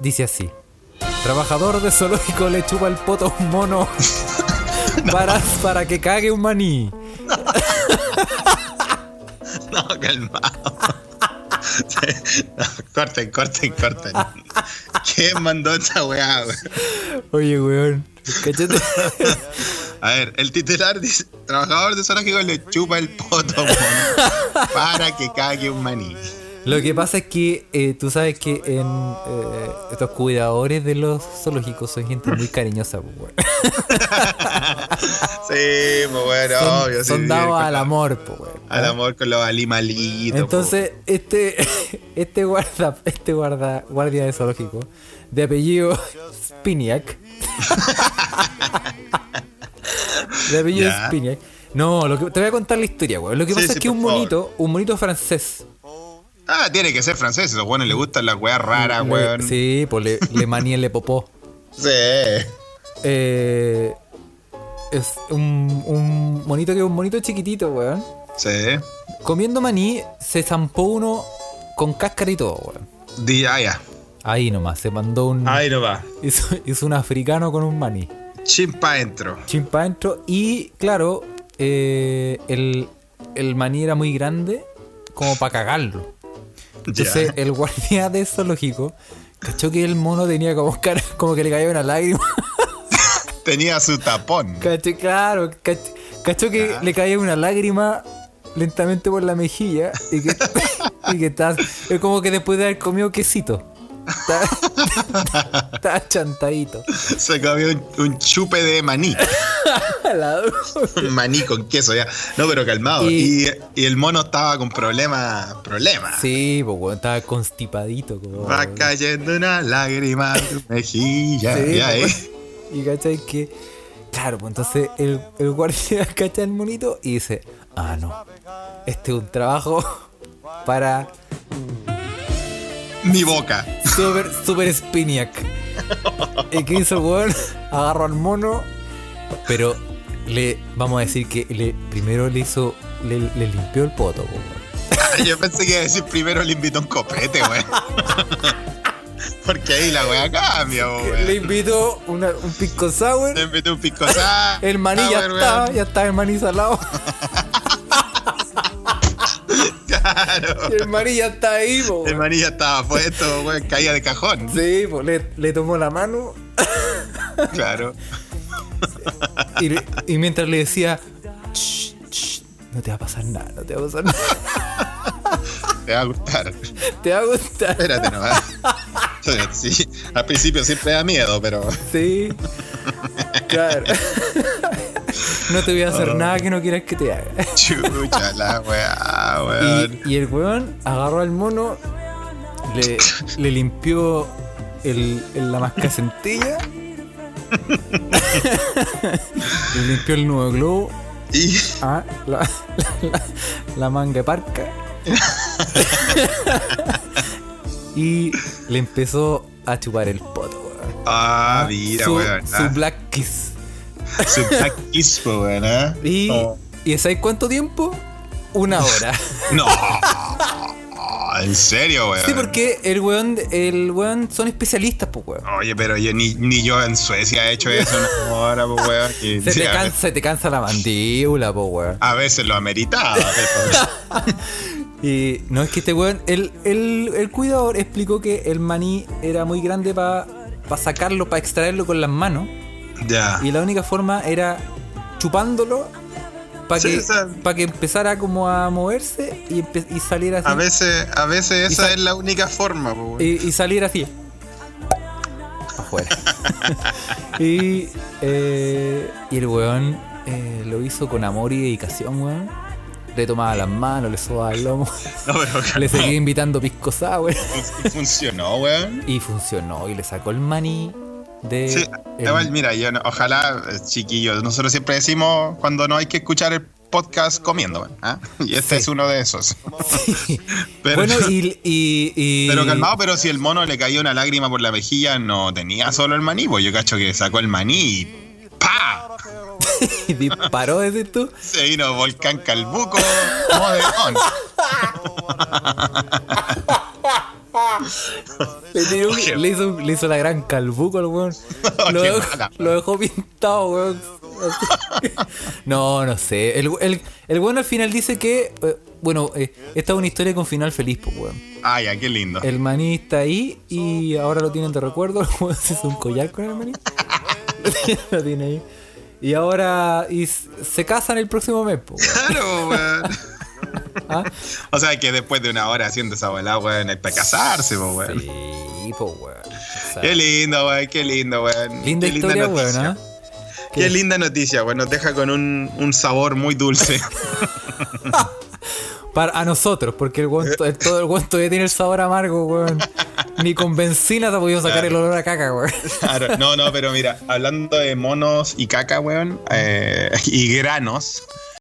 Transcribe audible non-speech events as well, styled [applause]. dice así. Trabajador de zoológico le chupa el poto a un [laughs] mono para, para que cague un maní. No, calmado. [laughs] No, corten, corten, corten. ¿Quién mandó esta weá? weón? Oye, weón. [laughs] Cachete. A ver, el titular dice: Trabajador de zoológico le chupa el poto a un mono para que cague un maní. Lo que pasa es que eh, tú sabes que en eh, estos cuidadores de los zoológicos son gente muy cariñosa, pues, weón. Sí, pues bueno, Son, obvio. sí, son sí, dados con- al amor, pues, weón. Al amor con los pues. animalitos. Entonces, este, [laughs] este guarda, este guarda, guardia de zoológico, de apellido [laughs] Spiniak. de apellido Ya. Spiniak. No, lo que, te voy a contar la historia, weón. Lo que Sí, pasa sí, es que por un favor. monito, un monito francés. po. Ah, tiene que ser francés. A los buenos les gustan las weas raras, le- Ah, weón. Sí. Mm, Sí, pues le, le maní le popó. Eh, es un, un monito que es un monito chiquitito, weón. Sí. Comiendo maní, se zampó uno con cáscara y todo, weón. Di, ah, ya. Ahí nomás, se mandó un. Ahí no va. Hizo, [laughs] hizo un africano con un maní. Chimpa entro. Chimpa adentro. Y claro, eh, el, el maní era muy grande como para cagarlo. Entonces el guardia de zoológico cachó que el mono tenía como [laughs] cara, como que le cayó una lágrima. [laughs] Tenía su tapón. Caché, claro, cach- cachó que le caía una lágrima lentamente por la mejilla y que, [laughs] y que estaba- es como que después de haber comido quesito. [laughs] Estaba- Estaba [laughs] chantadito. [laughs] Se comió un, un chupe [laughs] de maní. maní con queso, ya. No, pero calmado. Y- Y, y el mono estaba con problemas. Problemas. Sí, pues weón, estaba constipadito. Como, Va cayendo una lágrima en tu mejilla. Sí, ya, pues, eh. Y cachai que. Claro, pues entonces el, el guardia [laughs] cacha el monito y dice: Ah, no. Este es un trabajo [laughs] para [laughs] Mi boca. Super, super Spiniac. ¿Y qué hizo el weón? Agarró al mono. Pero le vamos a decir que le, primero le hizo. Le, le limpió el poto, po, weón. Yo pensé que iba a decir primero le invitó un copete, [laughs] weón. Porque ahí la weá cambia, po, Le weón. invitó una- un pisco sour. Le invitó un pisco Ah, sour, El maní ya weón, estaba, ya estaba el maní [laughs] salado. Claro. El maní ya está ahí, po, El weón. maní ya estaba puesto, weón. Caía de cajón. Sí, po, le, le tomó la mano Claro. y, le- y mientras le decía, "Shh, shh, no te va a pasar nada, no te va a pasar nada, [laughs] Te va a gustar. te va a gustar. Espérate nomás. [laughs] Sí, al principio siempre da miedo, pero. [laughs] Sí. Claro. [laughs] No te voy a Ah. hacer nada que no quieras que te haga. Chucha la weá, weón. Y, y el weón agarró al mono, le, le limpió el, el- la mascacentilla, le limpió el nuevo globo, Y ah, la, la- la- la manga de parca. y le empezó a chupar el poto, weón. Ah, mira, su, weón. su ah. black kiss. Su black kiss, po, weón, ¿eh? ¿Y, Oh. ¿y sabes cuánto tiempo? Una [laughs] hora. No. Oh, En serio, weón. sí, porque el weón, el weón son especialistas, pues weón. Oye, pero yo ni, ni yo en Suecia he hecho eso una hora, pues, weón. [laughs] Y, Se sí, te a, cansa, se te cansa la mandíbula, pues weón. a veces lo ameritaba. pero- Y no es que este weón, el, el, el cuidador explicó que el maní era muy grande para sacarlo, para extraerlo con las manos. [laughs] ya. Y la única forma era chupándolo para Sí, que, o sea- pa' que empezara como a moverse y, empe- y saliera así. A veces, a veces Y esa sa- es la única forma, pues, weón. y, y salir así. Afuera. [laughs] y, eh, y el weón eh, lo hizo con amor y dedicación, weón. Le tomaba las manos, le sobaba el lomo, No, [laughs] pero le seguía invitando pisco sour. calma, [laughs] funcionó, weón. Y funcionó, y le sacó el maní de. Sí, el- igual, mira, yo no- ojalá, eh, chiquillos, nosotros siempre decimos cuando no hay que escuchar el podcast comiendo, weón. ¿ah? [laughs] Y este Sí. es uno de esos. [laughs] Sí. Pero- bueno, y, y- y- [laughs] Pero calmado, pero si el mono le cayó una lágrima por la mejilla, no tenía solo el maní, pues yo cacho que sacó el maní y ¡pa! [laughs] y disparó, decís tú. Se vino Volcán [laughs] Calbuco, Modernón. Le, tiró un- Oye. le hizo, un- le hizo la gran calbuco al [laughs] weón. Lo, Oye, dejó- mala. lo dejó pintado, weón. Así. [laughs] No, no sé. El, el, el weón al final dice que. eh, bueno, eh, esta es una historia con final feliz, pues, weón. Ay, ya, qué lindo. El maní está ahí y ahora lo tienen de recuerdo. [laughs] El weón se hizo un collar con el maní. [laughs] lo tiene ahí. Y ahora. Y s- se casan el próximo mes, pues, weón. Claro, weón. [laughs] ¿Ah? [laughs] O sea que después de una hora haciendo esa weá, weón, es para casarse, po, weón. Sí, pues, weón. O sea, Qué lindo, weón, qué lindo, weón. linda qué historia, weón, noticia. ¿ah? Qué linda noticia, weón. Nos deja con un, un sabor [laughs] muy dulce. Para, a nosotros, porque el weón, to- el- todo el guanto ya tiene el sabor amargo, weón. Ni con benzina te ha podido sacar el olor a caca, weón. Claro, No, no, pero mira, hablando de monos y caca, weón, eh, y granos.